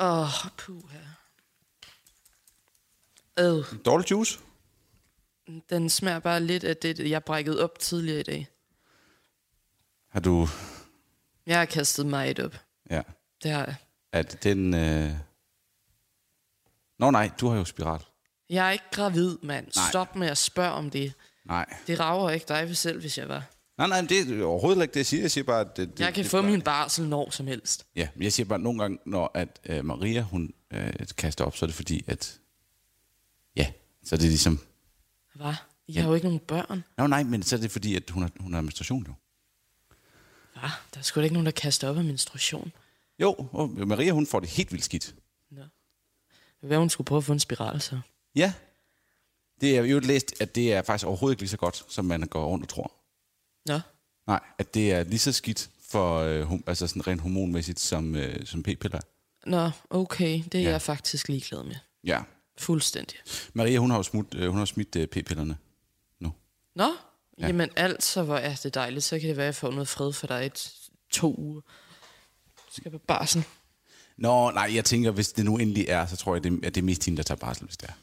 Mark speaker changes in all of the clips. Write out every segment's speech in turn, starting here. Speaker 1: Åh, oh, puha. Øh,
Speaker 2: Dårlig juice?
Speaker 1: den smager bare lidt af det, jeg brækkede op tidligere i dag.
Speaker 2: Har du...
Speaker 1: Jeg har kastet mig et op.
Speaker 2: Ja.
Speaker 1: Det har jeg.
Speaker 2: At den... Øh... Nå nej, du har jo spiral.
Speaker 1: Jeg er ikke gravid, mand.
Speaker 2: Nej.
Speaker 1: Stop med at spørge om det.
Speaker 2: Nej.
Speaker 1: Det rager ikke dig selv, hvis jeg var.
Speaker 2: Nej, nej, det er overhovedet ikke det, jeg siger. Jeg siger bare, at... Det, det,
Speaker 1: Jeg kan
Speaker 2: det,
Speaker 1: få min barsel når som helst.
Speaker 2: Ja, men jeg siger bare, at nogle gange, når at, øh, Maria hun, øh, kaster op, så er det fordi, at... Ja, så er det ligesom...
Speaker 1: Hvad? Jeg har jo ikke nogen børn.
Speaker 2: Nå nej, men så er det fordi, at hun har, hun har menstruation jo.
Speaker 1: Hvad? Der er sgu da ikke nogen, der kaster op af menstruation.
Speaker 2: Jo, og Maria hun får det helt vildt skidt.
Speaker 1: Nå. Hvad hun skulle prøve at få en spiral, så?
Speaker 2: Ja. Det er jo læst, at det er faktisk overhovedet ikke lige så godt, som man går rundt og tror.
Speaker 1: Nå.
Speaker 2: Nej, at det er lige så skidt for, øh, hum, altså sådan rent hormonmæssigt, som, øh, som p-piller. er.
Speaker 1: Nå, okay. Det er
Speaker 2: Ja.
Speaker 1: ja. jeg faktisk ligeglad med.
Speaker 2: Ja.
Speaker 1: Fuldstændig.
Speaker 2: Maria, hun har jo smidt, øh, hun har smidt øh, p-pillerne nu.
Speaker 1: Nå, ja. jamen altså, hvor er det dejligt. Så kan det være, at jeg får noget fred for dig i t- to uger. Du skal på barsel.
Speaker 2: Nå, nej, jeg tænker, hvis det nu endelig er, så tror jeg, det, at det er mest hende, der tager barsel, hvis det er.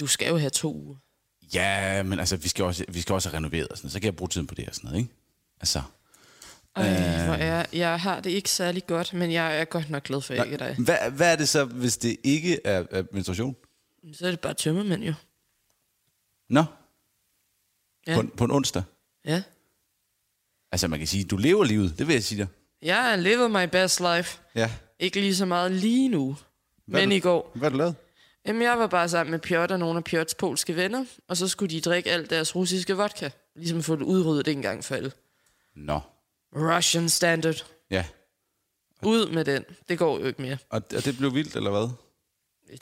Speaker 1: Du skal jo have to uger.
Speaker 2: Ja, men altså, vi skal også, vi skal også have renoveret og sådan noget. Så kan jeg bruge tiden på det og sådan noget, ikke? Altså,
Speaker 1: Ej, hvor er, jeg har det ikke særlig godt, men jeg er godt nok glad for, at jeg ikke er dig.
Speaker 2: hvad, hvad er det så, hvis det ikke er, er menstruation?
Speaker 1: Så er det bare tømmermænd jo.
Speaker 2: Nå,
Speaker 1: Ja.
Speaker 2: på, en- på en onsdag?
Speaker 1: Ja.
Speaker 2: Altså, man kan sige, du lever livet, det vil jeg sige dig.
Speaker 1: Jeg har levet my best life.
Speaker 2: Ja.
Speaker 1: Ikke lige så meget lige nu, Hvad men
Speaker 2: du-
Speaker 1: i går.
Speaker 2: Hvad har du lavet?
Speaker 1: Jamen, jeg var bare sammen med Piotr og nogle af Piots polske venner, og så skulle de drikke alt deres russiske vodka. Ligesom få det udryddet en gang for alle.
Speaker 2: Nå,
Speaker 1: Russian standard.
Speaker 2: ja.
Speaker 1: Ud med den. Det går jo ikke mere.
Speaker 2: Og, og det blev vildt, eller hvad?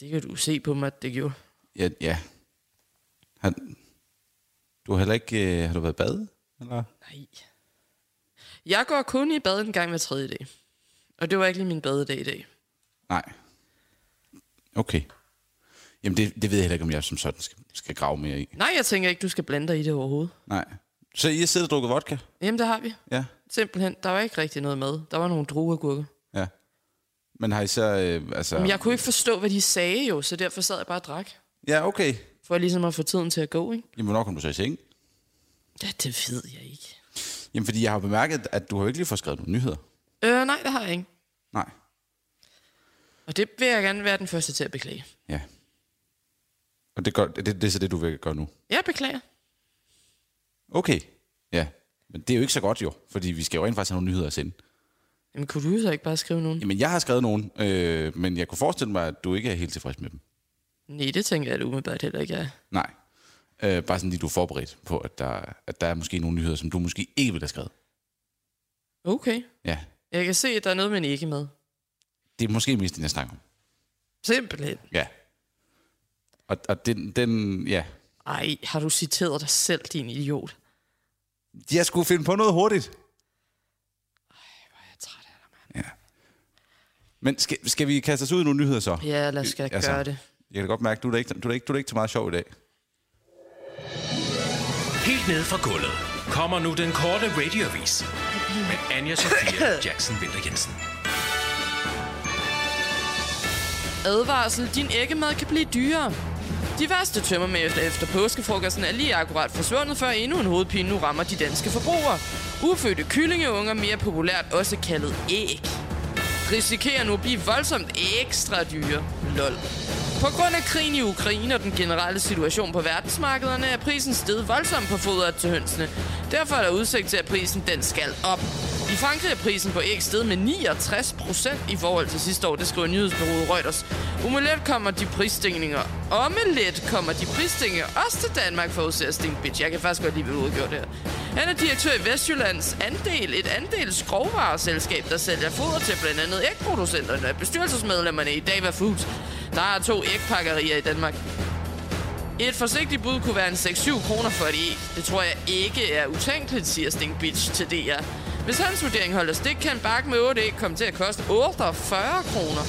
Speaker 1: Det kan du se på mig, at det gjorde.
Speaker 2: Ja. ja. Har, du har heller ikke... Øh, har du været i bad? Eller?
Speaker 1: Nej. Jeg går kun i bad en gang hver tredje dag. Og det var ikke lige min badedag i dag.
Speaker 2: Nej. Okay. Jamen, det, det ved jeg heller ikke, om jeg som sådan skal, skal grave mere i.
Speaker 1: Nej, jeg tænker ikke, du skal blande dig i det overhovedet.
Speaker 2: Nej. Så I har siddet og drukket vodka?
Speaker 1: Jamen, det har vi.
Speaker 2: Ja.
Speaker 1: Simpelthen, der var ikke rigtig noget med. Der var nogle druegurker.
Speaker 2: Ja. Men har I så... Øh, altså...
Speaker 1: Men jeg kunne ikke forstå, hvad de sagde jo, så derfor sad jeg bare og drak.
Speaker 2: Ja, okay.
Speaker 1: For ligesom at få tiden til at gå, ikke?
Speaker 2: Jamen, hvornår kom du så i seng?
Speaker 1: Ja, det ved jeg ikke.
Speaker 2: Jamen, fordi jeg har bemærket, at du har jo ikke lige fået skrevet nogle nyheder.
Speaker 1: Øh, nej, det har jeg ikke.
Speaker 2: Nej.
Speaker 1: Og det vil jeg gerne være den første til at beklage.
Speaker 2: Ja. Og det, gør, det, det er så det, du vil gøre nu?
Speaker 1: Jeg beklager.
Speaker 2: Okay. Ja. Men det er jo ikke så godt jo, fordi vi skal jo rent faktisk have nogle nyheder at sende.
Speaker 1: Jamen, kunne du så ikke bare skrive nogen?
Speaker 2: Jamen, jeg har skrevet nogen, øh, men jeg kunne forestille mig, at du ikke er helt tilfreds med dem.
Speaker 1: Nej, det tænker jeg da umiddelbart heller ikke. Jeg. er.
Speaker 2: Nej. Øh, bare sådan lige, du er forberedt på, at der, at der er måske nogle nyheder, som du måske ikke ville have skrevet.
Speaker 1: Okay.
Speaker 2: Ja.
Speaker 1: Jeg kan se, at der er noget, man ikke er med.
Speaker 2: Det er måske mest den, jeg snakker om.
Speaker 1: Simpelthen.
Speaker 2: Ja. Og, og den, den, ja.
Speaker 1: Ej, har du citeret dig selv, din idiot?
Speaker 2: Jeg skulle finde på noget hurtigt.
Speaker 1: Hvor er jeg træt af dig, mand.
Speaker 2: Men skal, skal vi kaste os ud i nogle nyheder så?
Speaker 1: Ja, lad os skal
Speaker 2: Altså.
Speaker 1: gøre det.
Speaker 2: Jeg kan godt mærke, du er da ikke, du er da ikke, du er da ikke så meget sjov i dag.
Speaker 3: Helt ned fra gulvet kommer nu den korte radiovis med Anja Sofia Jackson Vinter Jensen.
Speaker 1: Advarsel, din æggemad kan blive dyrere. De værste tømmermænd efter, efter påskefrokosten er lige akkurat forsvundet, før endnu en hovedpine nu rammer de danske forbrugere. Ufødte kyllingeunger, mere populært også kaldet æg, risikerer nu at blive voldsomt ekstra dyre. Lol. På grund af krigen i Ukraine og den generelle situation på verdensmarkederne er prisen steget voldsomt på fodret til hønsene. Derfor er der udsigt til, at prisen den skal op. I Frankrig er prisen på æg steget med 69 procent i forhold til sidste år, det skriver nyhedsbureauet Reuters. Omelet kommer de prisstigninger. Omelet kommer de prisstigninger også til Danmark for at stinge bitch. Jeg kan faktisk godt lide, hvad du har gjort her. Han er direktør i Vestjyllands Andel, et andels grovvareselskab, der sælger foder til blandt andet ægproducenterne og bestyrelsesmedlemmerne i Dava Foods. Der er to ægpakkerier i Danmark. Et forsigtigt bud kunne være en 6-7 kroner for et æg. Det tror jeg ikke er utænkeligt, siger Stink Beach til DR. Hvis hans vurdering holder stik, kan bakken med 8 æg komme til at koste 48 kroner.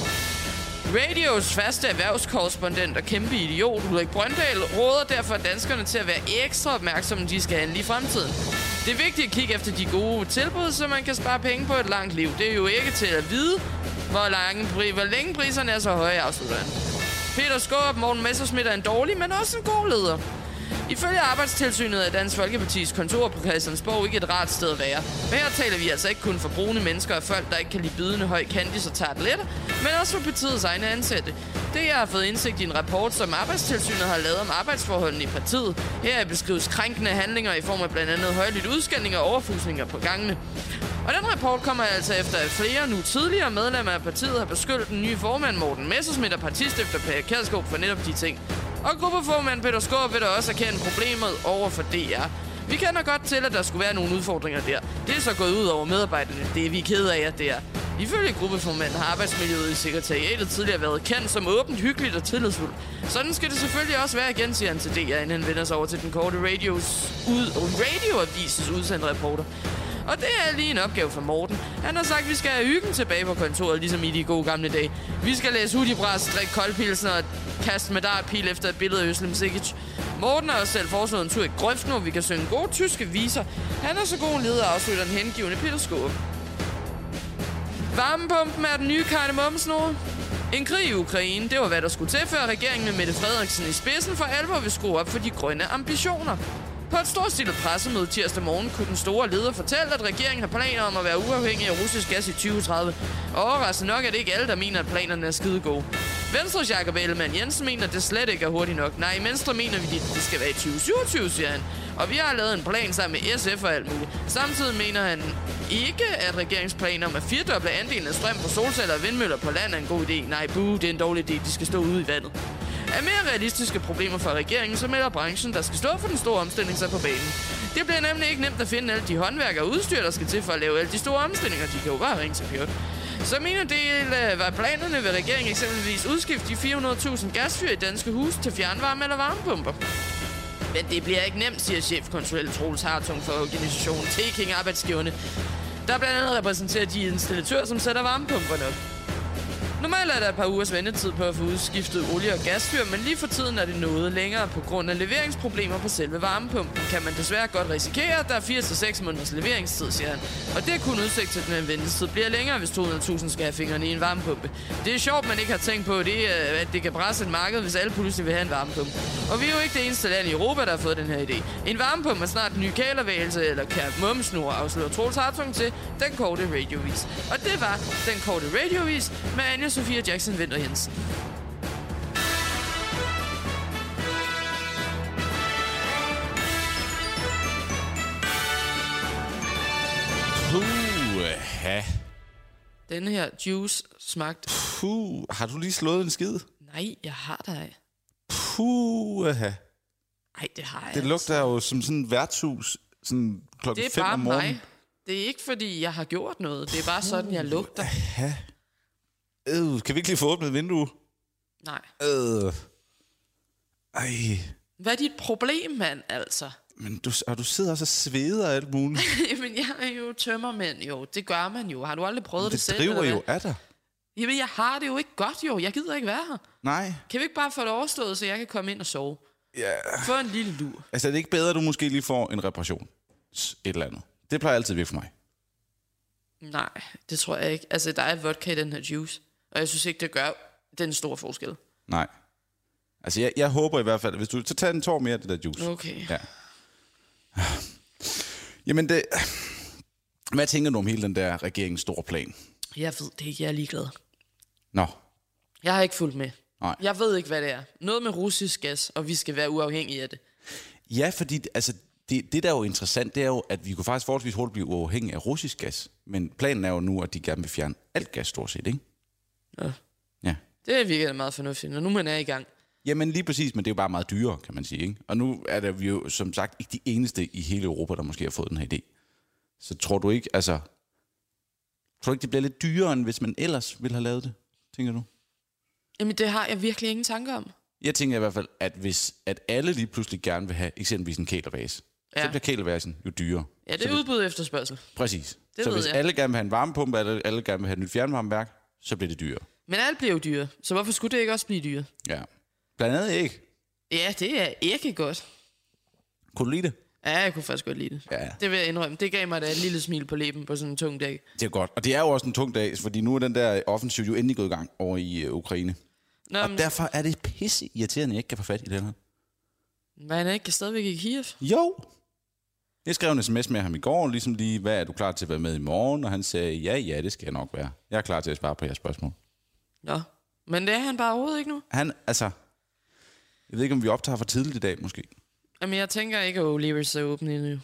Speaker 1: Radios faste erhvervskorrespondent og kæmpe idiot Ulrik Brøndal råder derfor danskerne til at være ekstra opmærksomme, når de skal handle i fremtiden. Det er vigtigt at kigge efter de gode tilbud, så man kan spare penge på et langt liv. Det er jo ikke til at vide, hvor, lange, pri- hvor længe priserne er så høje, afslutter han. Peter Skåb, Morten Messerschmidt er en dårlig, men også en god leder. Ifølge Arbejdstilsynet er Dansk Folkepartis kontor på Christiansborg ikke et rart sted at være. Men her taler vi altså ikke kun for brune mennesker og folk, der ikke kan lide bidende høj candy og tarteletter, men også for partiets egne ansatte. Det jeg har fået indsigt i en rapport, som Arbejdstilsynet har lavet om arbejdsforholdene i partiet. Her beskrives krænkende handlinger i form af blandt andet højlydt udskænding og overfusninger på gangene. Og den rapport kommer altså efter, at flere nu tidligere medlemmer af partiet har beskyldt den nye formand Morten Messerschmidt og partistifter Per Kjærsgaard for netop de ting. Og gruppeformand Peter Skåb vil da også erkende problemet over for DR. Vi kender godt til, at der skulle være nogle udfordringer der. Det er så gået ud over medarbejderne. Det er vi ked af, at det er. Ifølge gruppeformanden har arbejdsmiljøet i sekretariatet tidligere været kendt som åbent, hyggeligt og tillidsfuldt. Sådan skal det selvfølgelig også være igen, siger han til DR, inden han vender sig over til den korte radios ud, radioavisens udsendte reporter. Og det er lige en opgave for Morten. Han har sagt, at vi skal have hyggen tilbage på kontoret, ligesom i de gode gamle dage. Vi skal læse hudibras, drikke koldpilsen og kaste med dartpil efter et billede af Øslem Sikic. Morten har også selv foreslået en tur i grøften, hvor vi kan synge gode tyske viser. Han er så god en leder, afslutter den hengivende Peter Skåb. Varmepumpen er den nye kardemommesnore. En krig i Ukraine, det var hvad der skulle til, før regeringen med Mette Frederiksen i spidsen for alvor vil skrue op for de grønne ambitioner. På et storstilet pressemøde tirsdag morgen kunne den store leder fortælle, at regeringen har planer om at være uafhængig af russisk gas i 2030. Og overraskende nok er det ikke alle, der mener, at planerne er skide gode. Venstres Jakob Ellemann Jensen mener, at det slet ikke er hurtigt nok. Nej, i Venstre mener vi, at det skal være i 2027, siger han. Og vi har lavet en plan sammen med SF og alt muligt. Samtidig mener han, ikke, at regeringsplanen om at firdoble andelen af strøm fra solceller og vindmøller på land er en god idé. Nej, bu, det er en dårlig idé. De skal stå ude i vandet. Af mere realistiske problemer for regeringen, så melder branchen, der skal stå for den store omstilling, sig på banen. Det bliver nemlig ikke nemt at finde alle de håndværkere og udstyr, der skal til for at lave alle de store omstillinger. De kan jo bare ringe til Pjot. Som en del af var planerne vil regeringen eksempelvis udskifte de 400.000 gasfyr i danske huse til fjernvarme eller varmepumper. Men det bliver ikke nemt, siger chefkonsulent Troels Hartung for organisationen Teking Arbejdsgiverne, der blandt andet repræsenterer de installatører, som sætter varmepumperne op. Normalt er der et par ugers ventetid på at få udskiftet olie- og gasfyr, men lige for tiden er det noget længere på grund af leveringsproblemer på selve varmepumpen. Kan man desværre godt risikere, at der er 4-6 måneders leveringstid, siger han. Og det er kun udsigt til, at den her ventetid bliver længere, hvis 200.000 skal have fingrene i en varmepumpe. Det er sjovt, man ikke har tænkt på, det, øh, at det kan presse et marked, hvis alle pludselig vil have en varmepumpe. Og vi er jo ikke det eneste land i Europa, der har fået den her idé. En varmepumpe er snart den nye kælervægelse eller kært mumsnur, afslører Troels Hartung til den korte radiovis. Og det var den korte radiovis med Anja Sofia Jackson Vinter Jensen.
Speaker 2: Puha.
Speaker 1: Den her juice smagte...
Speaker 2: Puh. Har du lige slået en skid?
Speaker 1: Nej, jeg har da ej.
Speaker 2: Puha.
Speaker 1: Ej, det har jeg
Speaker 2: Det
Speaker 1: altså.
Speaker 2: lugter jo som sådan et værtshus sådan klokken
Speaker 1: Det er
Speaker 2: 5
Speaker 1: bare
Speaker 2: om morgenen.
Speaker 1: mig. Det er ikke, fordi jeg har gjort noget. Det er bare sådan, jeg lugter.
Speaker 2: Øh, kan vi ikke lige få åbnet vinduet?
Speaker 1: Nej.
Speaker 2: Øh. Ej,
Speaker 1: Hvad er dit problem, mand, altså?
Speaker 2: men du, og du sidder også og sveder og alt muligt.
Speaker 1: Jamen, jeg er jo tømmermænd, jo. Det gør man jo. Har du aldrig prøvet det,
Speaker 2: det
Speaker 1: selv?
Speaker 2: driver
Speaker 1: eller
Speaker 2: jo
Speaker 1: hvad?
Speaker 2: af dig.
Speaker 1: Jamen, jeg har det jo ikke godt, jo. Jeg gider ikke være her.
Speaker 2: Nej.
Speaker 1: Kan vi ikke bare få det overstået, så jeg kan komme ind og sove?
Speaker 2: Ja.
Speaker 1: Få en lille lur.
Speaker 2: Altså, er det ikke bedre, at du måske lige får en reparation? S- Et eller andet. Det plejer altid at virke for mig.
Speaker 1: Nej, det tror jeg ikke. Altså, der er vodka i den her juice. Og jeg synes ikke, det gør den store forskel.
Speaker 2: Nej. Altså, jeg, jeg håber i hvert fald, hvis du... Så tag en tår mere af det der juice.
Speaker 1: Okay.
Speaker 2: Ja. Jamen, det... Hvad tænker du om hele den der regeringens store plan?
Speaker 1: Jeg ved det ikke. Jeg er ligeglad.
Speaker 2: Nå,
Speaker 1: Jeg har ikke fulgt med.
Speaker 2: Nej.
Speaker 1: Jeg ved ikke, hvad det er. Noget med russisk gas, og vi skal være uafhængige af det.
Speaker 2: Ja, fordi altså, det, det, der er jo interessant, det er jo, at vi kunne faktisk forholdsvis hurtigt blive uafhængige af russisk gas. Men planen er jo nu, at de gerne vil fjerne alt gas stort set, ikke?
Speaker 1: Ja.
Speaker 2: Ja.
Speaker 1: Det virker da meget fornuftigt, når nu man er i gang.
Speaker 2: Jamen lige præcis, men det er jo bare meget dyrere, kan man sige. Ikke? Og nu er der vi jo som sagt ikke de eneste i hele Europa, der måske har fået den her idé. Så tror du ikke, altså... Tror du ikke, det bliver lidt dyrere, end hvis man ellers ville have lavet det, tænker du?
Speaker 1: Jamen, det har jeg virkelig ingen tanker om.
Speaker 2: Jeg tænker i hvert fald, at hvis at alle lige pludselig gerne vil have eksempelvis en kælervase, ja.
Speaker 1: Ja.
Speaker 2: så bliver kælervasen jo dyrere.
Speaker 1: Ja, det er udbud og efterspørgsel.
Speaker 2: Præcis.
Speaker 1: Det
Speaker 2: så
Speaker 1: ved
Speaker 2: hvis
Speaker 1: jeg.
Speaker 2: alle gerne vil have en varmepumpe, eller alle gerne vil have et nyt fjernvarmeværk, så bliver det dyrere.
Speaker 1: Men alt bliver jo dyre, så hvorfor skulle det ikke også blive dyre?
Speaker 2: Ja. Blandt andet ikke.
Speaker 1: Ja, det er ikke godt.
Speaker 2: Kunne du lide det?
Speaker 1: Ja, jeg kunne faktisk godt lide det.
Speaker 2: Ja.
Speaker 1: Det vil jeg indrømme. Det gav mig da et lille smil på læben på sådan en tung dag.
Speaker 2: Det er godt. Og det er jo også en tung dag, fordi nu er den der offensiv jo endelig gået i gang over i øh, Ukraine.
Speaker 1: Nå,
Speaker 2: Og
Speaker 1: men,
Speaker 2: derfor er det pisse irriterende, at jeg ikke kan få fat i den her.
Speaker 1: man er ikke stadigvæk i Kiev.
Speaker 2: Jo. Jeg skrev en sms med ham i går, ligesom lige, hvad er du klar til at være med i morgen? Og han sagde, ja, ja, det skal jeg nok være. Jeg er klar til at svare på jeres spørgsmål.
Speaker 1: Nå. Men det er han bare overhovedet ikke nu.
Speaker 2: Han, altså... Jeg ved ikke, om vi optager for tidligt i dag, måske.
Speaker 1: Jamen, jeg tænker ikke, at Olivers er åben endnu.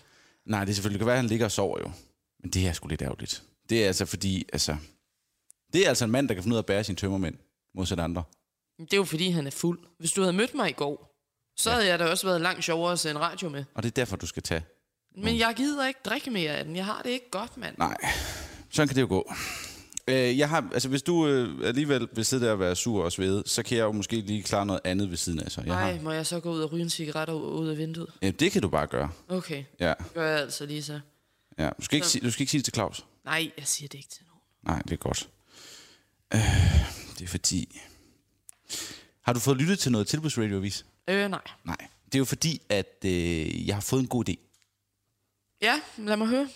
Speaker 2: Nej, det er selvfølgelig kan være, at han ligger og sover jo. Men det er sgu lidt ærgerligt. Det er altså fordi, altså... Det er altså en mand, der kan finde ud af at bære sine tømmermænd modsat andre.
Speaker 1: Det er jo, fordi han er fuld. Hvis du havde mødt mig i går, så havde jeg da også været langt sjovere at sende radio med.
Speaker 2: Og det er derfor, du skal tage.
Speaker 1: Men jeg gider ikke drikke mere af den. Jeg har det ikke godt, mand.
Speaker 2: Mm. Nej, sådan kan det jo gå. Øh, jeg har, altså, hvis du øh, alligevel vil sidde der og være sur og svede, så kan jeg jo måske lige klare noget andet ved siden af sig. Jeg
Speaker 1: Nej,
Speaker 2: har,
Speaker 1: må jeg så gå ud og ryge en cigaret og ud af vinduet?
Speaker 2: øh, det kan du bare gøre.
Speaker 1: Okay,
Speaker 2: Ja,
Speaker 1: gør jeg altså lige så.
Speaker 2: ja. Du, skal ikke, si- du skal ikke sige det til Claus.
Speaker 1: Nej, jeg siger det ikke til nogen.
Speaker 2: Nej, det er godt. Øh, det er fordi... Har du fået lyttet til noget tilbudsradioavis?
Speaker 1: Øh, nej.
Speaker 2: Nej. Det er jo fordi, at øh, jeg har fået en god idé.
Speaker 1: Ja, lad mig høre.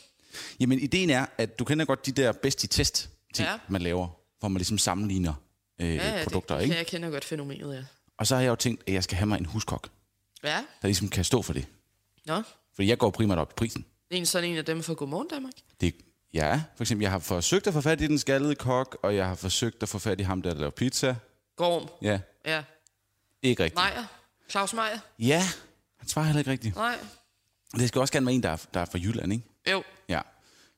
Speaker 2: Jamen, ideen er, at du kender godt de der bedst i test ting,
Speaker 1: Ja.
Speaker 2: ja. man laver, hvor man ligesom sammenligner øh, ja, produkter,
Speaker 1: det,
Speaker 2: ikke?
Speaker 1: Jeg kender godt fænomenet, ja.
Speaker 2: Og så har jeg jo tænkt, at jeg skal have mig en huskok,
Speaker 1: Ja,
Speaker 2: der ligesom kan stå for det.
Speaker 1: nå.
Speaker 2: Fordi jeg går primært op i prisen.
Speaker 1: En sådan en af dem fra Godmorgen Danmark.
Speaker 2: Det, ja, for eksempel, jeg har forsøgt at få fat i den skaldede kok, og jeg har forsøgt at få fat i ham, der laver pizza.
Speaker 1: Gorm.
Speaker 2: Ja,
Speaker 1: Ja.
Speaker 2: ikke rigtigt.
Speaker 1: Meyer. Claus Meyer.
Speaker 2: Ja, han svarer heller ikke rigtigt.
Speaker 1: Nej.
Speaker 2: Det skal også gerne være en, der er, der er fra Jylland, ikke?
Speaker 1: Jo.
Speaker 2: Ja.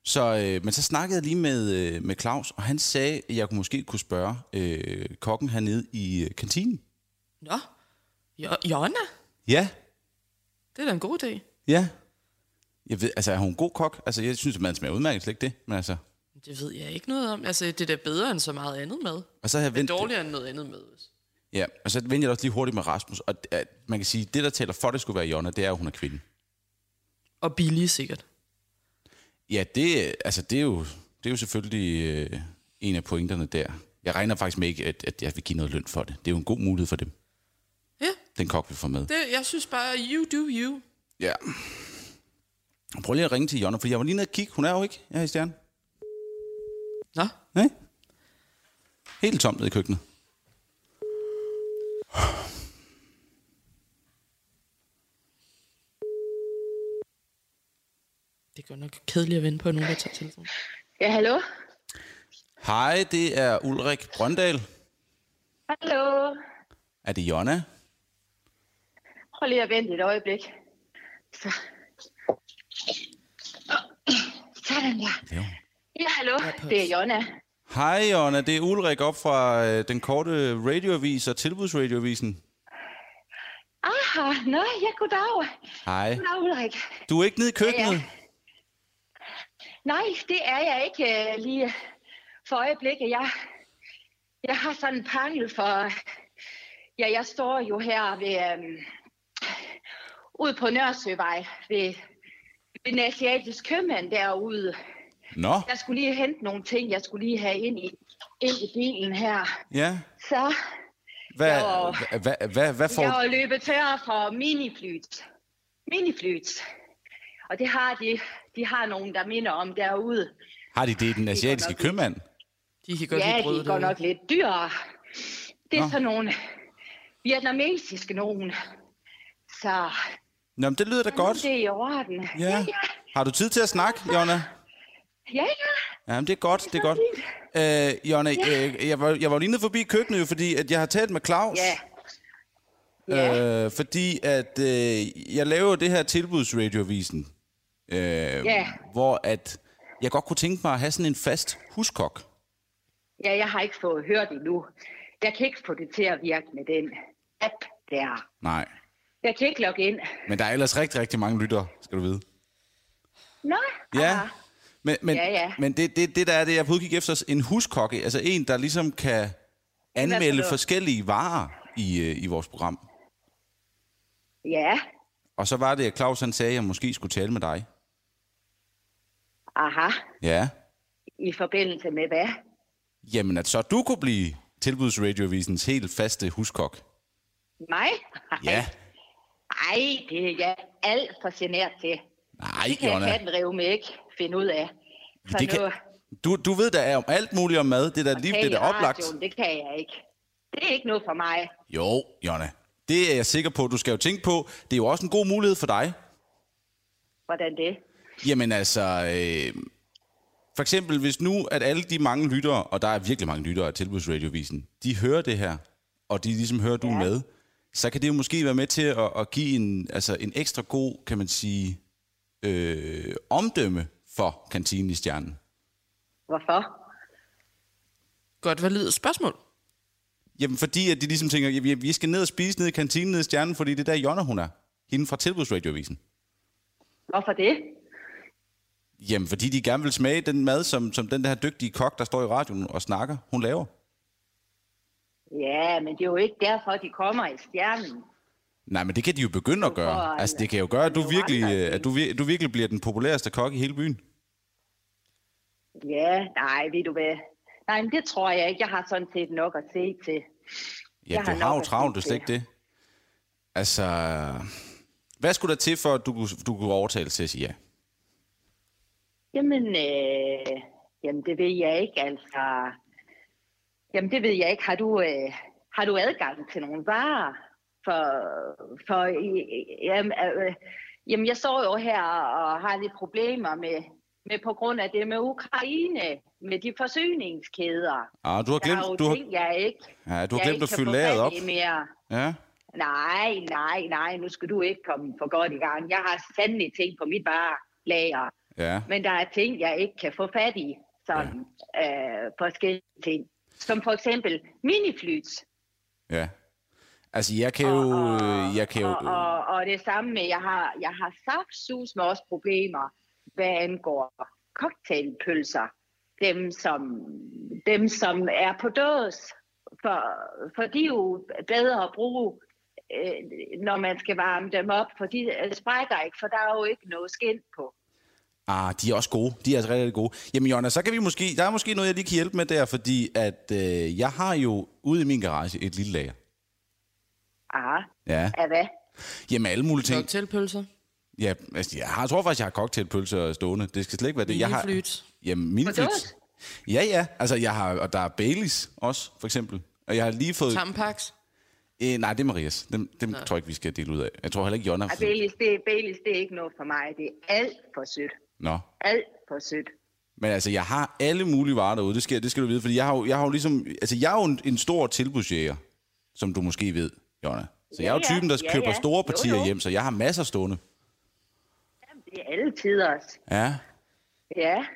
Speaker 2: Så, øh, men så snakkede jeg lige med, øh, med Claus, og han sagde, at jeg kunne måske kunne spørge øh, kokken hernede i øh, kantinen.
Speaker 1: Nå. Jo- Jonna.
Speaker 2: Ja,
Speaker 1: Det er da en god idé.
Speaker 2: ja. Jeg ved, altså er hun en god kok? Altså jeg synes, at man smager udmærket, slet ikke det. Men altså,
Speaker 1: Det ved jeg ikke noget om. Altså, det er da bedre end så meget andet mad.
Speaker 2: og så har jeg
Speaker 1: Men
Speaker 2: vendt,
Speaker 1: dårligere end noget andet mad.
Speaker 2: ja, og så vendte jeg det også lige hurtigt med Rasmus. Og at man kan sige, at det, der taler for, at det skulle være Jonna, det er, at hun er kvinde.
Speaker 1: Og billige sikkert.
Speaker 2: Ja, det, altså, det, er, jo, det er jo selvfølgelig øh, en af pointerne der. Jeg regner faktisk med ikke, at, at jeg vil give noget løn for det. Det er jo en god mulighed for dem,
Speaker 1: Ja,
Speaker 2: den kok, vi får med.
Speaker 1: det, jeg synes bare, you do you.
Speaker 2: Ja. Prøv lige at ringe til Jonna, for jeg var lige nede og kigge. Hun er jo ikke her i stjernen.
Speaker 1: Nå,
Speaker 2: Nej. Helt tomt nede i køkkenet.
Speaker 1: det gør nok kedeligt at vente på, at nogen der tager telefonen.
Speaker 4: Ja, hallo?
Speaker 2: Hej, det er Ulrik Brøndal.
Speaker 4: Hallo.
Speaker 2: Er det Jonna?
Speaker 4: Prøv lige at vente et øjeblik. Så. Sådan der.
Speaker 2: Ja.
Speaker 4: Ja, hallo. Det er Jonna.
Speaker 2: Hej Jonna, det er Ulrik op fra øh, den korte radioavis og tilbudsradioavisen.
Speaker 4: Aha, nå, ja, goddag.
Speaker 2: Hej.
Speaker 4: Goddag, Ulrik.
Speaker 2: Du er ikke nede i køkkenet?
Speaker 4: Ja, Nej, det er jeg ikke øh, lige for øjeblikket. Jeg, jeg har sådan en pangel for... Ja, jeg står jo her ved, øhm, ude på Nørresøvej ved, ved den asiatiske købmand derude.
Speaker 2: Nå,
Speaker 4: Jeg skulle lige hente nogle ting, jeg skulle lige have ind i, ind i bilen her.
Speaker 2: ja.
Speaker 4: Så
Speaker 2: Hvad,
Speaker 4: Jo.
Speaker 2: hvad, hvad, hvad, hvad får
Speaker 4: jeg
Speaker 2: du?
Speaker 4: var løbet tør for miniflyt. Miniflyt. Og det har de. De har nogen, der minder om derude.
Speaker 2: Har de det i den asiatiske
Speaker 4: nok ikke.
Speaker 2: købmand?
Speaker 1: De kan godt
Speaker 4: Ja,
Speaker 1: lide
Speaker 4: de
Speaker 1: brød
Speaker 4: er godt
Speaker 1: derude.
Speaker 4: nok lidt dyrere. Det er
Speaker 2: Nå.
Speaker 4: sådan nogle vietnamesiske nogen. Så
Speaker 2: Nå, men det lyder da godt.
Speaker 4: det er i orden.
Speaker 2: Ja. Har du tid til at snakke, Jonna?
Speaker 4: ja, ja.
Speaker 2: Jamen, det er godt, det er godt. Øh, Jonna, øh, jeg, var, jeg var lige nede forbi køkkenet jo, fordi at jeg har talt med Claus.
Speaker 4: ja. Ja,
Speaker 2: Øh, fordi at øh, jeg laver jo det her tilbudsradioavisen, øh,
Speaker 4: Ja.
Speaker 2: hvor at jeg godt kunne tænke mig at have sådan en fast huskok.
Speaker 4: ja, jeg har ikke fået hørt det nu. Jeg kan ikke få det til at virke med den app der.
Speaker 2: Nej,
Speaker 4: Jeg kan ikke logge ind.
Speaker 2: men der er ellers rigtig, rigtig mange lyttere, skal du vide.
Speaker 4: Nå,
Speaker 2: Ja.
Speaker 4: aha.
Speaker 2: Men, men,
Speaker 4: Ja, ja.
Speaker 2: men det, det, det der er det, jeg er på udkig efter, en huskokke, altså en, der ligesom kan anmelde
Speaker 4: noget?
Speaker 2: forskellige varer i, øh, i vores program.
Speaker 4: Ja,
Speaker 2: Og så var det, at Claus han sagde, at jeg måske skulle tale med dig.
Speaker 4: aha.
Speaker 2: Ja.
Speaker 4: I forbindelse med hvad?
Speaker 2: Jamen, at så du kunne blive tilbudsradioavisens helt faste huskok.
Speaker 4: Mig?
Speaker 2: Ja.
Speaker 4: Nej, det er jeg alt for genert til.
Speaker 2: Nej,
Speaker 4: Det kan jeg
Speaker 2: Jonna.
Speaker 4: fanden rive med ikke finde ud af. Så
Speaker 2: Det kan, du, du ved da om alt muligt om mad. Det er da lige
Speaker 4: tale
Speaker 2: det, der
Speaker 4: i
Speaker 2: oplagt.
Speaker 4: radioen, Det kan jeg ikke. Det er ikke noget for mig.
Speaker 2: Jo, Jonna. Det er jeg sikker på. Du skal jo tænke på, det er jo også en god mulighed for dig.
Speaker 4: Hvordan det?
Speaker 2: Jamen altså... Øh, for eksempel, hvis nu, at alle de mange lyttere, og der er virkelig mange lyttere af Tilbudsradiovisen, de hører det her, og de ligesom hører, du ja. med, så kan det jo måske være med til at, at give en, altså en ekstra god, kan man sige, øh, omdømme for kantinen i stjernen.
Speaker 4: Hvorfor?
Speaker 1: Godt validt spørgsmål.
Speaker 2: Jamen fordi, at de ligesom tænker, at vi- vi skal ned og spise ned i kantinen nede i stjernen, fordi det er der Jonna, hun er. Hende fra Tilbudsradiovisen.
Speaker 4: Hvorfor det?
Speaker 2: Jamen, fordi de gerne vil smage den mad, som, som den der dygtige kok, der står i radioen og snakker, hun laver.
Speaker 4: Ja, men det er jo ikke derfor, de kommer i stjernen.
Speaker 2: Nej, men det kan de jo begynde at gøre.
Speaker 4: for,
Speaker 2: Altså, det kan jo gøre, at du
Speaker 4: det er jo
Speaker 2: virkelig,
Speaker 4: andre
Speaker 2: øh, at du, vir- du virkelig bliver den populæreste kok i hele byen.
Speaker 4: Ja, nej, ved du hvad. Nej, men det tror jeg ikke. Jeg har sådan set nok at se til.
Speaker 2: Ja,
Speaker 4: Jeg
Speaker 2: du
Speaker 4: har
Speaker 2: har
Speaker 4: nok
Speaker 2: jo
Speaker 4: at
Speaker 2: travlt,
Speaker 4: se
Speaker 2: det er slet
Speaker 4: til.
Speaker 2: ikke det. Altså, hvad skulle der til, for at du, kunne- du kunne overtale til at sige ja?
Speaker 4: Jamen, øh, jamen, det ved jeg ikke, altså. Jamen, det ved jeg ikke. Har du, øh, har du adgang til nogle varer? For, for øh, jamen, øh, jamen, jeg står jo her og har lidt problemer med, med på grund af det med Ukraine, med de forsyningskæder.
Speaker 2: Ah, du har
Speaker 4: Der er jo
Speaker 2: glemt, du har,
Speaker 4: ting, jeg ikke,
Speaker 2: ja, du har
Speaker 4: jeg
Speaker 2: glemt
Speaker 4: ikke
Speaker 2: at
Speaker 4: kan
Speaker 2: fylde
Speaker 4: få
Speaker 2: lageret
Speaker 4: fat
Speaker 2: op.
Speaker 4: i Mere.
Speaker 2: Ja.
Speaker 4: Nej, nej, nej, nu skal du ikke komme for godt i gang. Jeg har sandelig ting på mit varelager,
Speaker 2: Ja.
Speaker 4: men der er ting, jeg ikke kan få fat i, som ja. øh, forskellige ting. Som for eksempel miniflyts,
Speaker 2: ja. Altså, jeg kan jo... øh, Jeg kan jo
Speaker 4: og, og, og det samme med, jeg har, jeg har saftsus med også problemer, hvad angår cocktailpølser. Dem, som, dem, som er på dås, for, for de er jo bedre at bruge, øh, når man skal varme dem op, for de øh, sprækker ikke, for der er jo ikke noget skin på.
Speaker 2: Ah, de er også gode. De er altså rigtig, rigtig gode. Jamen, Jonna, så kan vi måske... Der er måske noget, jeg lige kan hjælpe med der, fordi at øh, jeg har jo ude i min garage et lille lager.
Speaker 4: Aha,
Speaker 2: Ja.
Speaker 4: Ah, af hvad?
Speaker 2: Jamen, alle mulige ting.
Speaker 1: Cocktailpølser.
Speaker 2: Ja, altså, jeg, har, jeg tror faktisk, jeg har cocktailpølser stående. Det skal slet ikke være det. Jeg har,
Speaker 1: Miniflyt.
Speaker 2: Jamen, miniflyt.
Speaker 4: dåse?
Speaker 2: Ja, ja. Altså, jeg har... Og der er Baileys også, for eksempel. Og jeg har lige fået...
Speaker 1: Tampax.
Speaker 2: Øh, nej, det er Marias. Dem, dem tror jeg ikke, vi skal dele ud af. Jeg tror heller ikke, Jonna...
Speaker 4: Ah, Baileys, det, Baileys, det er ikke noget for mig. Det er alt for sødt.
Speaker 2: Nå,
Speaker 4: Alt for sødt.
Speaker 2: Men altså, jeg har alle mulige varer derude, det skal, det skal du vide, fordi jeg har jo, jeg har jo ligesom, altså jeg er jo en, en stor tilbudsjæger, som du måske ved, Jonna. Så ja, jeg er jo
Speaker 4: Ja,
Speaker 2: typen, der
Speaker 4: ja,
Speaker 2: køber
Speaker 4: ja.
Speaker 2: store
Speaker 4: Jo,
Speaker 2: partier
Speaker 4: jo.
Speaker 2: hjem, så jeg har masser stående.
Speaker 4: Jamen, det er alle tider også.
Speaker 2: Ja.
Speaker 4: Ja,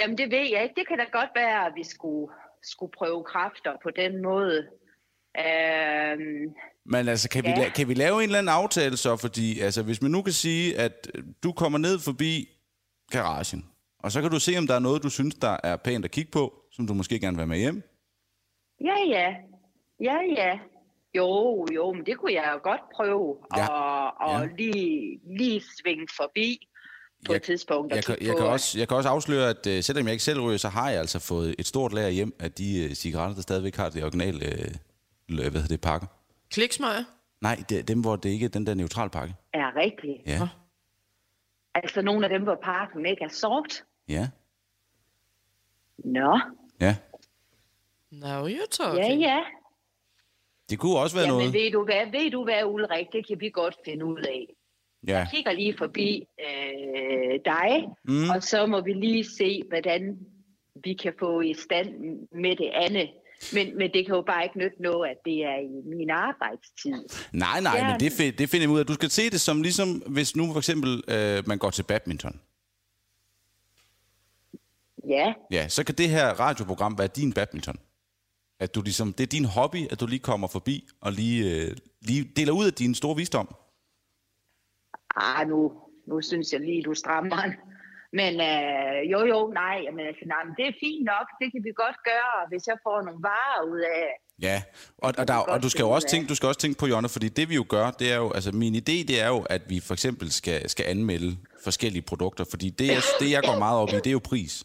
Speaker 4: jamen det ved jeg ikke. Det kan da godt være, at vi skulle, skulle prøve kræfter på den måde. Øhm,
Speaker 2: Men altså, kan, ja. vi,
Speaker 4: Ja.
Speaker 2: la- kan vi lave en eller anden aftale så? Fordi altså, hvis man nu kan sige, at øh, du kommer ned forbi garagen, og så kan du se, om der er noget, du synes, der er pænt at kigge på, som du måske gerne vil have med hjem.
Speaker 4: ja, ja. Ja, ja. Jo, jo, men det kunne jeg jo godt prøve.
Speaker 2: Ja.
Speaker 4: Og, og
Speaker 2: Ja.
Speaker 4: lige, lige svinge forbi på et tidspunkt. og
Speaker 2: jeg, kan,
Speaker 4: kigge
Speaker 2: jeg,
Speaker 4: på,
Speaker 2: kan
Speaker 4: at-
Speaker 2: også, jeg kan også afsløre, at øh, selvom jeg ikke selv ryger, så har jeg altså fået et stort lager hjem af de øh, cigaretter, der stadigvæk har det originale øh, l- hvad hedder det, pakke.
Speaker 1: Kliksmøger.
Speaker 2: Nej, det, er dem, hvor det ikke er den der neutral pakke.
Speaker 4: Er rigtigt.
Speaker 2: Ja.
Speaker 1: Nå.
Speaker 4: Altså nogle af dem, hvor parken ikke er sort.
Speaker 2: Ja.
Speaker 4: Nå,
Speaker 2: Ja.
Speaker 1: Now you're talking.
Speaker 4: ja, ja.
Speaker 2: Det kunne også være
Speaker 4: Jamen
Speaker 2: noget.
Speaker 4: ved du hvad, ved du hvad, Ulrik, det kan vi godt finde ud af.
Speaker 2: Ja.
Speaker 4: kigger lige forbi øh, dig, mm. og så må vi lige se, hvordan vi kan få i stand med det andet. Men, men det kan jo bare ikke nytte noget, at det er i min arbejdstid.
Speaker 2: Nej, nej,
Speaker 4: Ja.
Speaker 2: men det, fi- det finder jeg ud af. Du skal se det som ligesom, hvis nu for eksempel øh, man går til badminton.
Speaker 4: Ja,
Speaker 2: Ja, så kan det her radioprogram være din badminton. At du ligesom, det er din hobby, at du lige kommer forbi og lige, øh, lige deler ud af din store visdom.
Speaker 4: ah, nu, nu synes jeg lige, du strammer den. Men øh, jo, jo, nej, jamen, altså, nej, men det er fint nok, det kan vi godt gøre, hvis jeg får nogle varer ud af.
Speaker 2: Ja, og, og,
Speaker 4: kan
Speaker 2: der,
Speaker 4: vi godt
Speaker 2: og du skal jo
Speaker 4: finde
Speaker 2: også
Speaker 4: ud af.
Speaker 2: tænke, du skal også tænke på, Jonna, fordi det vi jo gør, det er jo, altså min idé, det er jo, at vi for eksempel skal, skal anmelde forskellige produkter, fordi det jeg, det, jeg går meget op i, det er jo pris.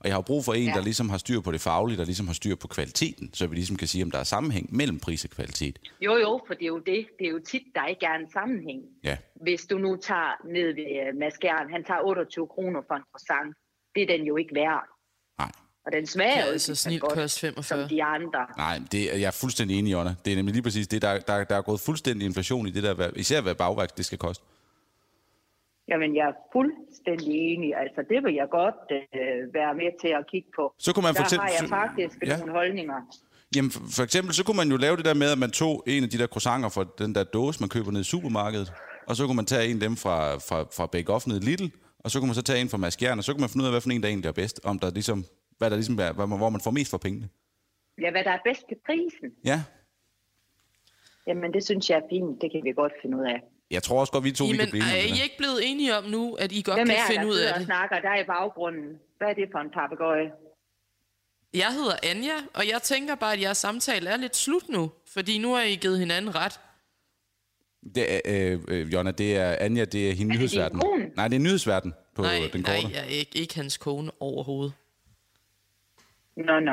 Speaker 2: Og jeg har jo brug for en, ja.
Speaker 4: Ja.
Speaker 2: der ligesom har styr på det faglige, der ligesom har styr på kvaliteten, så vi ligesom kan sige, om der er sammenhæng mellem pris og kvalitet.
Speaker 4: Jo, jo, for det er jo det. Det er jo tit, der ikke er en sammenhæng.
Speaker 2: Ja.
Speaker 4: Hvis du nu tager ned ved øh, Mads Gjern, han tager 28 kroner for en croissant. Det er den jo ikke værd.
Speaker 2: Nej.
Speaker 4: Og den smager
Speaker 1: Ja,
Speaker 4: jo ikke
Speaker 1: altså,
Speaker 4: så
Speaker 1: snildt
Speaker 4: godt,
Speaker 1: kost 45.
Speaker 4: som de andre.
Speaker 2: Nej, det er, jeg er fuldstændig enig, Jonna. Det er nemlig lige præcis det, der, der, der er gået fuldstændig inflation i det der, hvad- især hvad bagværk det skal koste.
Speaker 4: Jamen, jeg er fuldstændig enig. Altså, det vil jeg godt øh, være med til at kigge på.
Speaker 2: Så kunne man
Speaker 4: der
Speaker 2: fortælle-
Speaker 4: har jeg
Speaker 2: så-
Speaker 4: faktisk
Speaker 2: ja.
Speaker 4: ja. nogle holdninger.
Speaker 2: Jamen, for, for eksempel, så kunne man jo lave det der med, at man tog en af de der croissanter fra den der dåse, man køber nede i supermarkedet, og så kunne man tage en af dem fra, fra, fra Bake Off nede i Lidl, og så kunne man så tage en fra Mads Gjern, og så kunne man finde ud af, hvad for en, der egentlig er bedst, om der ligesom, hvad der ligesom er, hvad man- hvor man får mest for pengene.
Speaker 4: Ja, hvad der er bedst til prisen.
Speaker 2: Ja,
Speaker 4: Jamen, det synes jeg er fint. Det kan vi godt finde ud af.
Speaker 2: jeg tror også godt, vi to vi kan
Speaker 1: Jamen, øh,
Speaker 2: blive enige
Speaker 1: er
Speaker 2: om det
Speaker 1: I
Speaker 2: der.
Speaker 1: ikke blevet enige om nu, at I godt
Speaker 4: Hvem
Speaker 1: kan
Speaker 4: er
Speaker 1: finde
Speaker 4: der
Speaker 1: ud
Speaker 4: sidder
Speaker 1: af
Speaker 4: og
Speaker 1: det?
Speaker 4: snakker der i baggrunden? Hvad er det for en papegøje?
Speaker 1: Jeg hedder Anja, og jeg tænker bare, at jeres samtale er lidt slut nu, fordi nu har I givet hinanden ret.
Speaker 2: Det er, øh, øh, Jonna, det er Anja, det er hende
Speaker 4: Er det din
Speaker 2: nyhedsverden.
Speaker 4: kone?
Speaker 2: Nej, det er nyhedsverden på
Speaker 1: nej,
Speaker 2: den korte.
Speaker 1: nej, jeg er ikke, ikke hans kone overhovedet.
Speaker 4: Nå, nå.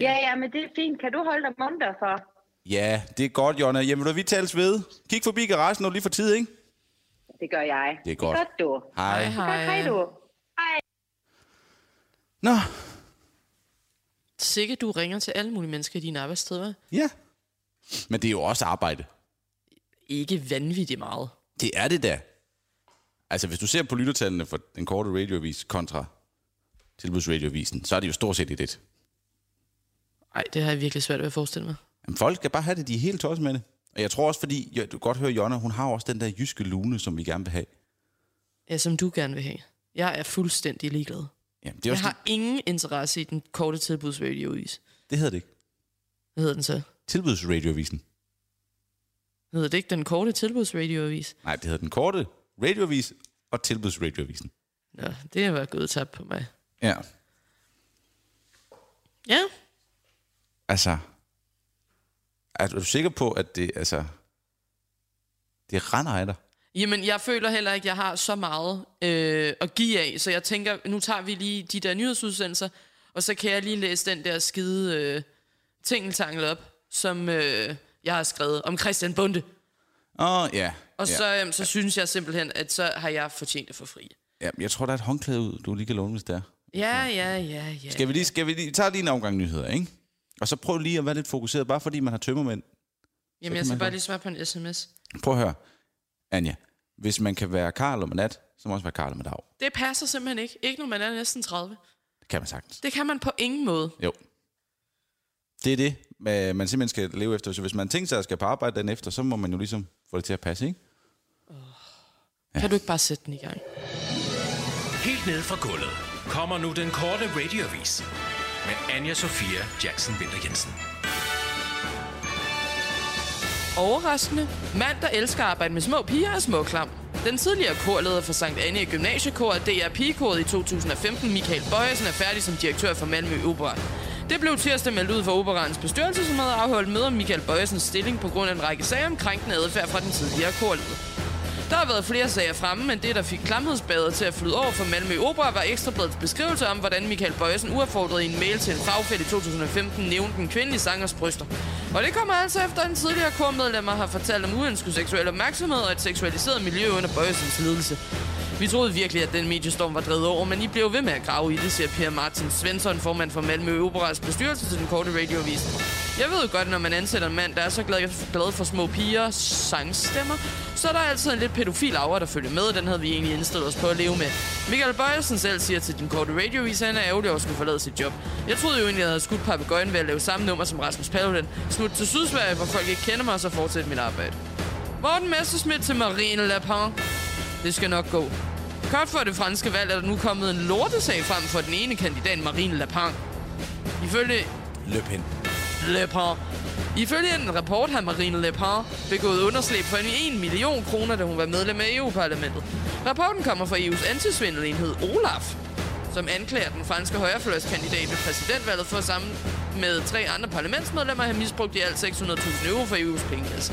Speaker 4: Ja, ja, men det er fint. Kan du holde dig munter for?
Speaker 2: Ja, det er godt, Jonna. Jamen, vil du, vi tales ved. Kig forbi garagen, når du lige får tid, ikke?
Speaker 4: Det gør jeg.
Speaker 2: Det er godt.
Speaker 4: Godt, du.
Speaker 2: Hej.
Speaker 1: Hej,
Speaker 4: Godt, hej,
Speaker 1: hej.
Speaker 4: du. Hej.
Speaker 2: Nå,
Speaker 1: Sikke, du ringer til alle mulige mennesker i din arbejdssted, hva'?
Speaker 2: ja. Men det er jo også arbejde.
Speaker 1: Ikke vanvittigt meget.
Speaker 2: Det er det da. Altså, hvis du ser på lyttertallene for den korte radioavis kontra tilbudsradioavisen, så er det jo stort set i det.
Speaker 1: Nej, det har jeg virkelig svært ved at forestille mig.
Speaker 2: Jamen, folk skal bare have det, de er helt tosset med det. Og jeg tror også, fordi, ja, du kan godt høre, Jonna, hun har også den der jyske lune, som vi gerne vil have.
Speaker 1: Ja, som du gerne vil have. Jeg er fuldstændig ligeglad.
Speaker 2: Jamen, det, er
Speaker 1: Jeg
Speaker 2: også
Speaker 1: har ingen interesse i den korte tilbudsradiovis.
Speaker 2: det, det hedder det ikke.
Speaker 1: Hvad hedder den så?
Speaker 2: Tilbudsradioavisen.
Speaker 1: Hedder det ikke den korte tilbudsradioavis?
Speaker 2: Nej, det hedder den korte radioavis og tilbudsradioavisen.
Speaker 1: Nå, det var gået tabt på mig.
Speaker 2: Ja.
Speaker 1: Ja,
Speaker 2: Altså, er du sikker på, at det, altså, det render af dig?
Speaker 1: Jamen, jeg føler heller ikke, at jeg har så meget øh, at give af, så jeg tænker, nu tager vi lige de der nyhedsudsendelser, og så kan jeg lige læse den der skide øh, tingeltangel op, som øh, jeg har skrevet om Christian Bunde.
Speaker 2: Åh, oh, ja.
Speaker 1: Og
Speaker 2: ja.
Speaker 1: så, øh, så synes jeg simpelthen, at så har jeg fortjent at få fri.
Speaker 2: Ja, jeg tror, der er et håndklæde ud, du lige kan låne, hvis det er.
Speaker 1: Ja, ja, ja, ja.
Speaker 2: Skal vi lige, skal vi lige, vi tager lige en omgang nyheder, ikke? Og så prøv lige at være lidt fokuseret, bare fordi man har tømmermænd.
Speaker 1: Jamen, jeg skal bare lige svare på en sms.
Speaker 2: Prøv at høre, Anja. Hvis man kan være Karl om nat, så må man også være Karl om dag.
Speaker 1: Det passer simpelthen ikke. Ikke når man er næsten 30.
Speaker 2: Det kan man sagtens.
Speaker 1: Det kan man på ingen måde.
Speaker 2: Jo. Det er det, ma- man simpelthen skal leve efter. Så hvis man tænker sig at skal på arbejde den efter, så må man jo ligesom få det til at passe, ikke?
Speaker 1: Ja. Kan du ikke bare sætte den i gang?
Speaker 3: Helt ned fra gulvet kommer nu den korte radiovis med Anja Sofia Jackson Vinter Jensen.
Speaker 1: Overraskende. Mand, der elsker at arbejde med små piger, er småklam. Den tidligere korleder for Sankt Anne Gymnasiekor og DR Pigekoret i 2015, Michael Bøjesen, er færdig som direktør for Malmø Opera. Det blev tirsdag meldt ud fra Operaens bestyrelse, som havde afholdt møde om Michael Bøjesens stilling på grund af en række sager om krænkende adfærd fra den tidligere korleder. Der har været flere sager fremme, men det, der fik klamhedsbader til at flyde over for Malmø Opera, var Ekstrabladets beskrivelse om, hvordan Michael Bøjesen uaffordret i en mail til en fagfælde i 2015 nævnte den kvindelige sangers bryster. Og det kommer altså efter, at en tidligere kormedlemmer har fortalt om uønsket seksuel opmærksomhed og et seksualiseret miljø under Bøjesens ledelse. Vi troede virkelig, at den mediestorm var drevet over, men I blev ved med at grave i det, siger Per Martin Svensson, formand for Malmø Operas bestyrelse til den korte radioavis. Jeg ved godt, når man ansætter en mand, der er så glad, glad for små piger sangstemmer, så er der altid en lidt pædofil aura, der følger med, og den havde vi egentlig indstillet os på at leve med. Michael Bøjelsen selv siger til den korte radiovis, at han er ærgerlig over at skulle forlade sit job. Jeg troede jo egentlig, at jeg havde skudt papegøjen ved at lave samme nummer som Rasmus Paludan. Smut til Sydsverige, hvor folk ikke kender mig, og så fortsætte mit arbejde. Morten Messerschmidt til Marine Le Pen. Det skal nok gå. Kort før det franske valg er der nu kommet en lortesag frem for den ene kandidat, Marine Le Pen. Ifølge
Speaker 2: Løb hen.
Speaker 1: Le Pen. Ifølge en rapport har Marine Le Pen begået underslæb for en 1 million kroner, da hun var medlem af EU-parlamentet. Rapporten kommer fra E EU's antisvindelenhed Olaf, som anklager den franske højrefløjskandidat ved præsidentvalget for sammen med tre andre parlamentsmedlemmer at have misbrugt i alt 600.000 euro for EU's E pengekasse.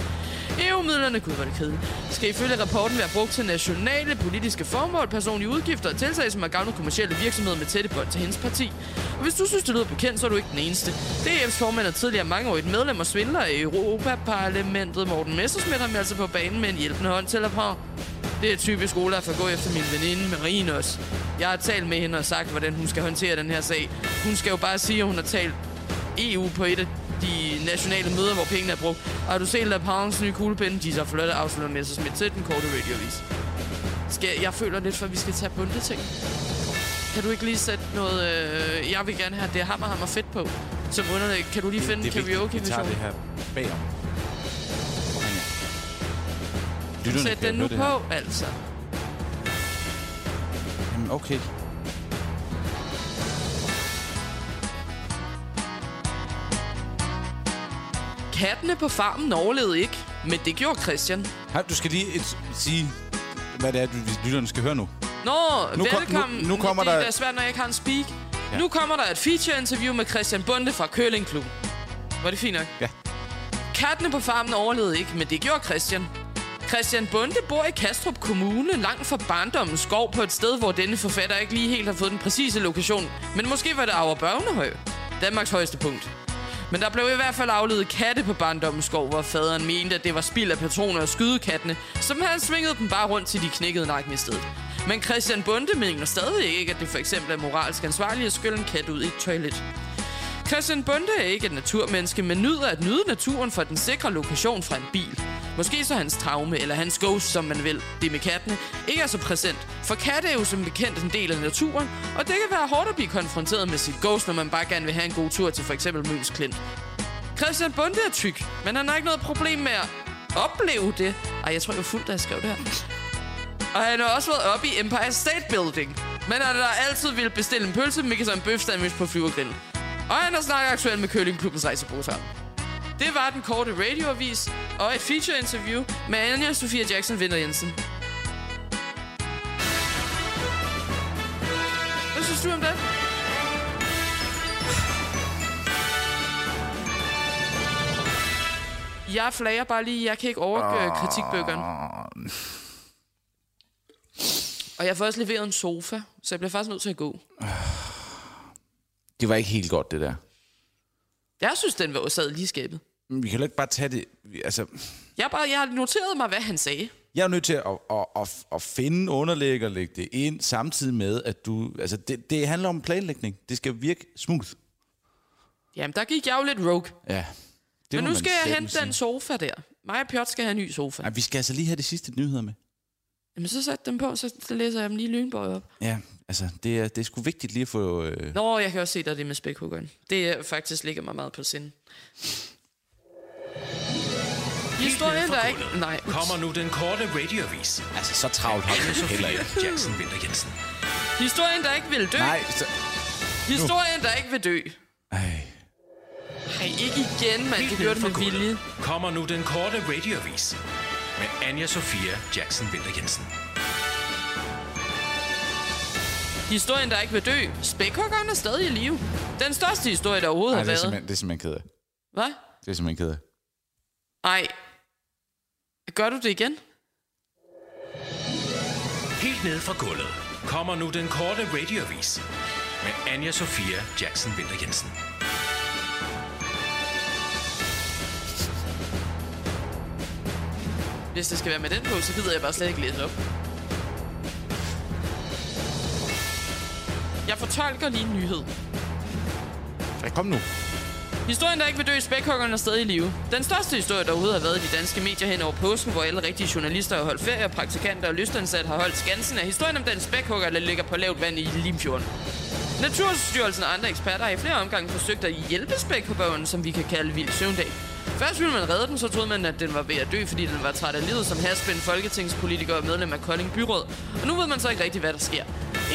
Speaker 1: EU-midlerne, gud hvor er det kedeligt, skal ifølge rapporten være brugt til nationale politiske formål, personlige udgifter og tiltag, som har gavnet kommersielle virksomheder med tætte bånd til hendes parti. Og hvis du synes, det lyder bekendt, så er du ikke den eneste. DF's formand er tidligere mangeårigt medlem og svindler af Europaparlamentet. Morten Messerschmidt har med altså på banen med en hjælpende hånd til Lapan. Det er typisk Olaf at gå efter min veninde Marine også. Jeg har talt med hende og sagt, hvordan hun skal håndtere den her sag. Hun skal jo bare sige, at hun har talt EU E på et af de nationale møder, hvor pengene er brugt. Og har du set Laparons nye kuglepinde? De er så flotte afslutter med sig smidt til den korte radiovis. Skal, jeg føler lidt for, at vi skal tage bunde ting. Kan du ikke lige sætte noget... Øh, jeg vil gerne have det hammer, hammer fedt på. Som underlæg. Kan du lige finde
Speaker 2: det er vigtigt,
Speaker 1: karaoke
Speaker 2: vi tager det her bagom. Lytterne
Speaker 1: Sæt
Speaker 2: kan
Speaker 1: den nu
Speaker 2: høre det her.
Speaker 1: på, altså.
Speaker 2: Jamen, okay.
Speaker 1: Kattene på farmen overlevede ikke, men det gjorde Christian.
Speaker 2: Hej, du skal lige et, sige, hvad det er, du, lytterne skal høre nu.
Speaker 1: Nå,
Speaker 2: Nu
Speaker 1: nu
Speaker 2: kom-
Speaker 1: velkommen.
Speaker 2: nu- nu kommer
Speaker 1: det, er
Speaker 2: der-
Speaker 1: da svært, når jeg ikke har en speak.
Speaker 2: Ja.
Speaker 1: Ja. Nu kommer der et feature-interview med Christian Bunde fra Kølingklub. Var det fint nok?
Speaker 2: Ja.
Speaker 1: Kattene på farmen overlevede ikke, men det gjorde Christian. Christian Bunde bor i Kastrup Kommune, langt fra barndommens skov, på et sted, hvor denne forfatter ikke lige helt har fået den præcise lokation. Men måske var det Auer Børnehøj, Danmarks højeste punkt. Men der blev i hvert fald afledet katte på barndommens skov, hvor faderen mente, at det var spild af patroner og skyde som han svingede dem bare rundt til de knækkede nakken i stedet. Men Christian Bunde mener stadig ikke, at det for eksempel er moralsk ansvarligt at skylle en kat ud i et toilet. Christian Bunde er ikke et naturmenneske, men nyder at nyde naturen fra den sikre lokation fra en bil. Måske så hans traume, eller hans ghost, som man vil, det med kattene, ikke er så præsent. For katte er jo som bekendt en del af naturen, og det kan være hårdt at blive konfronteret med sit ghost, når man bare gerne vil have en god tur til for eksempel Møns Klint. Christian Bunde er tyk, men han har ikke noget problem med at opleve det. Ej, jeg tror, jeg var fuld, da jeg skrev det her. Og han har også været oppe i Empire State Building. Men han har altid ville bestille en pølse, mikkes og en bøf sandwich på flyvergrillen. Og han har snakket aktuelt med Køllingklubbens rejsebrugser. Det var den korte radioavis og et feature-interview med Anja Sofia Jackson Vinter Jensen. Hvad synes du om det? Jeg flager bare lige, jeg kan ikke overgøre kritikbøgeren. Og jeg får også leveret en sofa, så jeg bliver faktisk nødt til at gå.
Speaker 2: Det var ikke helt godt, det der.
Speaker 1: Jeg synes, den var sad lige i skabet.
Speaker 2: Men Mm, vi kan jo ikke bare tage det... vi- Altså,
Speaker 1: Jeg, har bare, jeg har noteret mig, hvad han sagde.
Speaker 2: jeg er nødt til at, at, at, at finde underlæg og lægge det ind, samtidig med, at du... Altså, det, det handler om planlægning. Det skal virke smooth.
Speaker 1: Jamen, der gik jeg jo lidt rogue.
Speaker 2: Ja. Det
Speaker 1: Men
Speaker 2: må
Speaker 1: nu
Speaker 2: man
Speaker 1: skal jeg
Speaker 2: selv
Speaker 1: hente den sofa der. Mig og Pjot skal have en ny sofa.
Speaker 2: Ej, vi skal altså lige have de sidste nyheder med.
Speaker 1: Jamen, så sæt dem på, så så læser jeg dem lige Lynborg op.
Speaker 2: Ja, altså, det er, det er sgu vigtigt lige at få... Øh...
Speaker 1: Nå, jeg kan også se, der er det med spækhuggeren. Det er faktisk ligger mig meget på sinde. Historien, der er ikke... Nej, ups.
Speaker 3: Kommer nu den korte radiovis.
Speaker 2: Altså, så travlt har vi heller ikke.
Speaker 3: Sofia Jackson Vinter Jensen.
Speaker 1: historien, der ikke vil dø.
Speaker 2: Nej, så...
Speaker 1: Historien, der ikke vil dø.
Speaker 2: Ej.
Speaker 1: Nej, ikke igen, mand. Det gjorde
Speaker 3: Helt ned
Speaker 1: det
Speaker 3: fra
Speaker 1: med
Speaker 3: gulvet
Speaker 1: vilje.
Speaker 3: Kommer nu den korte radiovis med Anja Sofia Jackson Vinter Jensen.
Speaker 1: Historien, der ikke vil dø. Spækhuggeren er stadig i live. Den største historie, der overhovedet
Speaker 2: Ej,
Speaker 1: har
Speaker 2: det er
Speaker 1: været.
Speaker 2: simpelthen, det er simpelthen ked af.
Speaker 1: Hvad?
Speaker 2: Det er simpelthen ked af.
Speaker 1: Nej. Gør du det igen?
Speaker 3: Helt ned fra gulvet kommer nu den korte radiovis med Anja Sofia Jackson Vinter Jensen.
Speaker 1: Hvis det skal være med den på, så gider jeg bare slet ikke læse op. Jeg fortolker lige en nyhed.
Speaker 2: Ej, kom nu.
Speaker 1: Historien, der ikke vil dø, spækhuggeren er stadig i live. Den største historie, der overhovedet har været i de danske medier hen over påsken, hvor alle rigtige journalister har holdt ferie, praktikanter og lystansat har holdt skansen, er historien om den spækhugger, der ligger på lavt vand i Limfjorden. Naturstyrelsen og andre eksperter har i flere omgange forsøgt at hjælpe spækhuggeren, som vi kan kalde Vild Søvndag. Først ville man redde den, så troede man, at den var ved at dø, fordi den var træt af livet som haspin, folketingspolitiker og medlem af Kolding Byråd. Og nu ved man så ikke rigtig, hvad der sker.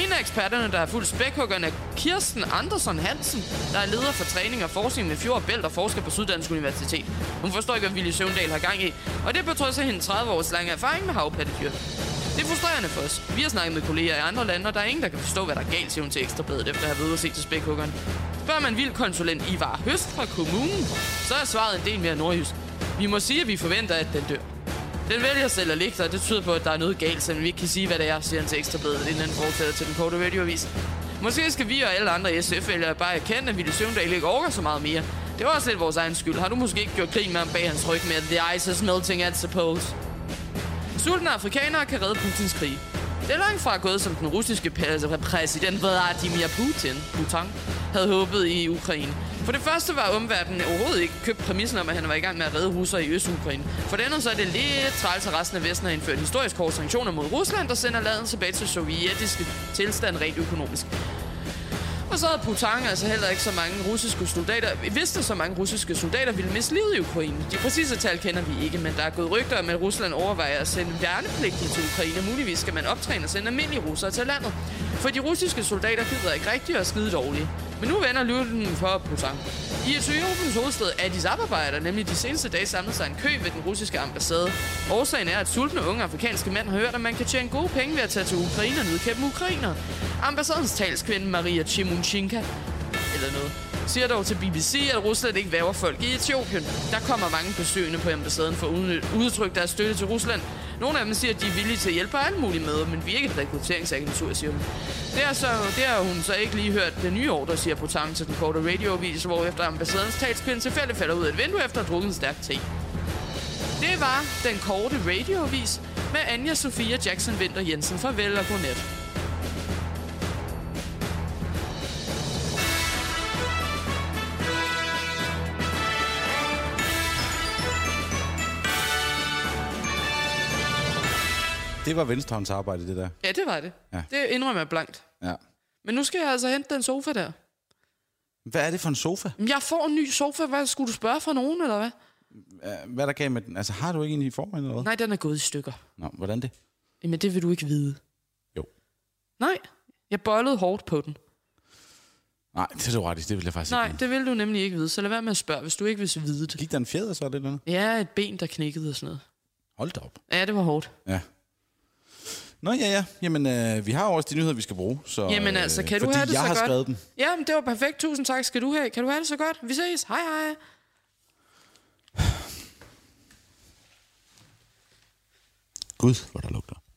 Speaker 1: En af eksperterne, der har fulgt spækhuggerne, er Kirsten Andersen Hansen, der er leder for træning og forskning ved Fjord Bælt og forsker på Syddansk Universitet. Hun forstår ikke, hvad Ville Søvndal har gang i, og det er på trods af hendes 30 års lange erfaring med havpattedyr. Det er frustrerende for os. Vi har snakket med kolleger i andre lande, og der er ingen, der kan forstå, hvad der er galt, siger hun til Ekstrabladet, efter at have været ude og se til spækhuggeren. Spørger man vildkonsulent Ivar Høst fra kommunen, så er svaret en del mere nordjysk. Vi må sige, at vi forventer, at den dør. Den vælger selv at ligge der, og det tyder på, at der er noget galt, selvom vi ikke kan sige, hvad det er, siger han til ekstrabladet, inden han fortsætter til den korte radioavis. Måske skal vi og alle andre SF-vælgere bare erkende, at Ville Søvndal ikke orker så meget mere. Det var også lidt vores egen skyld. Har du måske ikke gjort krig med ham bag hans ryg med, at the ice is melting at suppose? Sultne afrikanere kan redde Putins krig. Det er langt fra gået, som den russiske pæ- præsident Vladimir Putin Putin havde håbet i Ukraine. For det første var omverdenen overhovedet ikke købt præmissen om, at han var i gang med at redde russer i Øst-Ukraine. For det andet så er det lidt træls, at resten af Vesten har indført historisk hårde sanktioner mod Rusland, der sender landet tilbage til sovjetiske tilstand rent økonomisk. Og så havde Putin altså heller ikke så mange russiske soldater, vidste så mange russiske soldater ville miste livet i Ukraine. De præcise tal kender vi ikke, men der er gået rygter om, at Rusland overvejer at sende værnepligtige til Ukraine. Muligvis skal man optræne og sende almindelige russere til landet. For de russiske soldater gider ikke rigtigt og er skide dårlige. Men nu vender lyden for Putin. I Etiopiens hovedstad Addis Ababa er der nemlig de seneste dage samlet sig en kø ved den russiske ambassade. Årsagen er, at sultne unge afrikanske mænd har hørt, at man kan tjene gode penge ved at tage til Ukraine og nedkæmpe ukrainer. Ambassadens talskvinde Maria Chimunchinka eller noget, siger dog til BBC, at Rusland ikke væver folk i Etiopien. Der kommer mange besøgende på ambassaden for at udny- udtrykke deres støtte til Rusland. Nogle af dem siger, at de er villige til at hjælpe på alle mulige måder, men vi er ikke et rekrutteringsagentur, siger hun. Det er, så, det har hun så ikke lige hørt den nye ordre, siger Potan til den korte radioavis, hvor efter ambassadens talskvinde tilfældigt falder ud af et vindue efter at have drukket en stærk te. Det var den korte radioavis med Anja Sofia Jackson Winter Jensen. Farvel og godnat.
Speaker 2: Det var venstrehåndsarbejde, det der.
Speaker 1: Ja, det var det.
Speaker 2: Ja.
Speaker 1: Det indrømmer jeg blankt.
Speaker 2: Ja.
Speaker 1: Men nu skal jeg altså hente den sofa der.
Speaker 2: Hvad er det for en sofa?
Speaker 1: Jamen, jeg får en ny sofa. Hvad skulle du spørge for nogen, eller hvad?
Speaker 2: Hvad er der gav med den? Altså, har du ikke en i forvejen eller hvad?
Speaker 1: Nej, den er gået i stykker.
Speaker 2: Nå, hvordan det?
Speaker 1: Jamen, det vil du ikke vide.
Speaker 2: Jo.
Speaker 1: Nej, jeg bollede hårdt på den.
Speaker 2: Nej, det er du ret i. Det vil jeg faktisk
Speaker 1: Nej,
Speaker 2: ikke.
Speaker 1: det vil du nemlig ikke vide, så lad være med at spørge, hvis du ikke vil vide det.
Speaker 2: Gik der en fjeder så eller noget?
Speaker 1: Ja, et ben, der knækkede og sådan noget.
Speaker 2: Hold da op.
Speaker 1: Ja, det var hårdt.
Speaker 2: Ja. Nå ja, ja. Jamen, øh, vi har jo også de nyheder, vi skal bruge. Så,
Speaker 1: Jamen altså, kan du
Speaker 2: øh, fordi
Speaker 1: have det
Speaker 2: jeg
Speaker 1: så
Speaker 2: har
Speaker 1: godt?
Speaker 2: skrevet dem.
Speaker 1: Jamen, det var perfekt. Tusind tak skal du have. Kan du have det så godt? Vi ses. Hej, hej.
Speaker 2: Gud, hvor der lugter.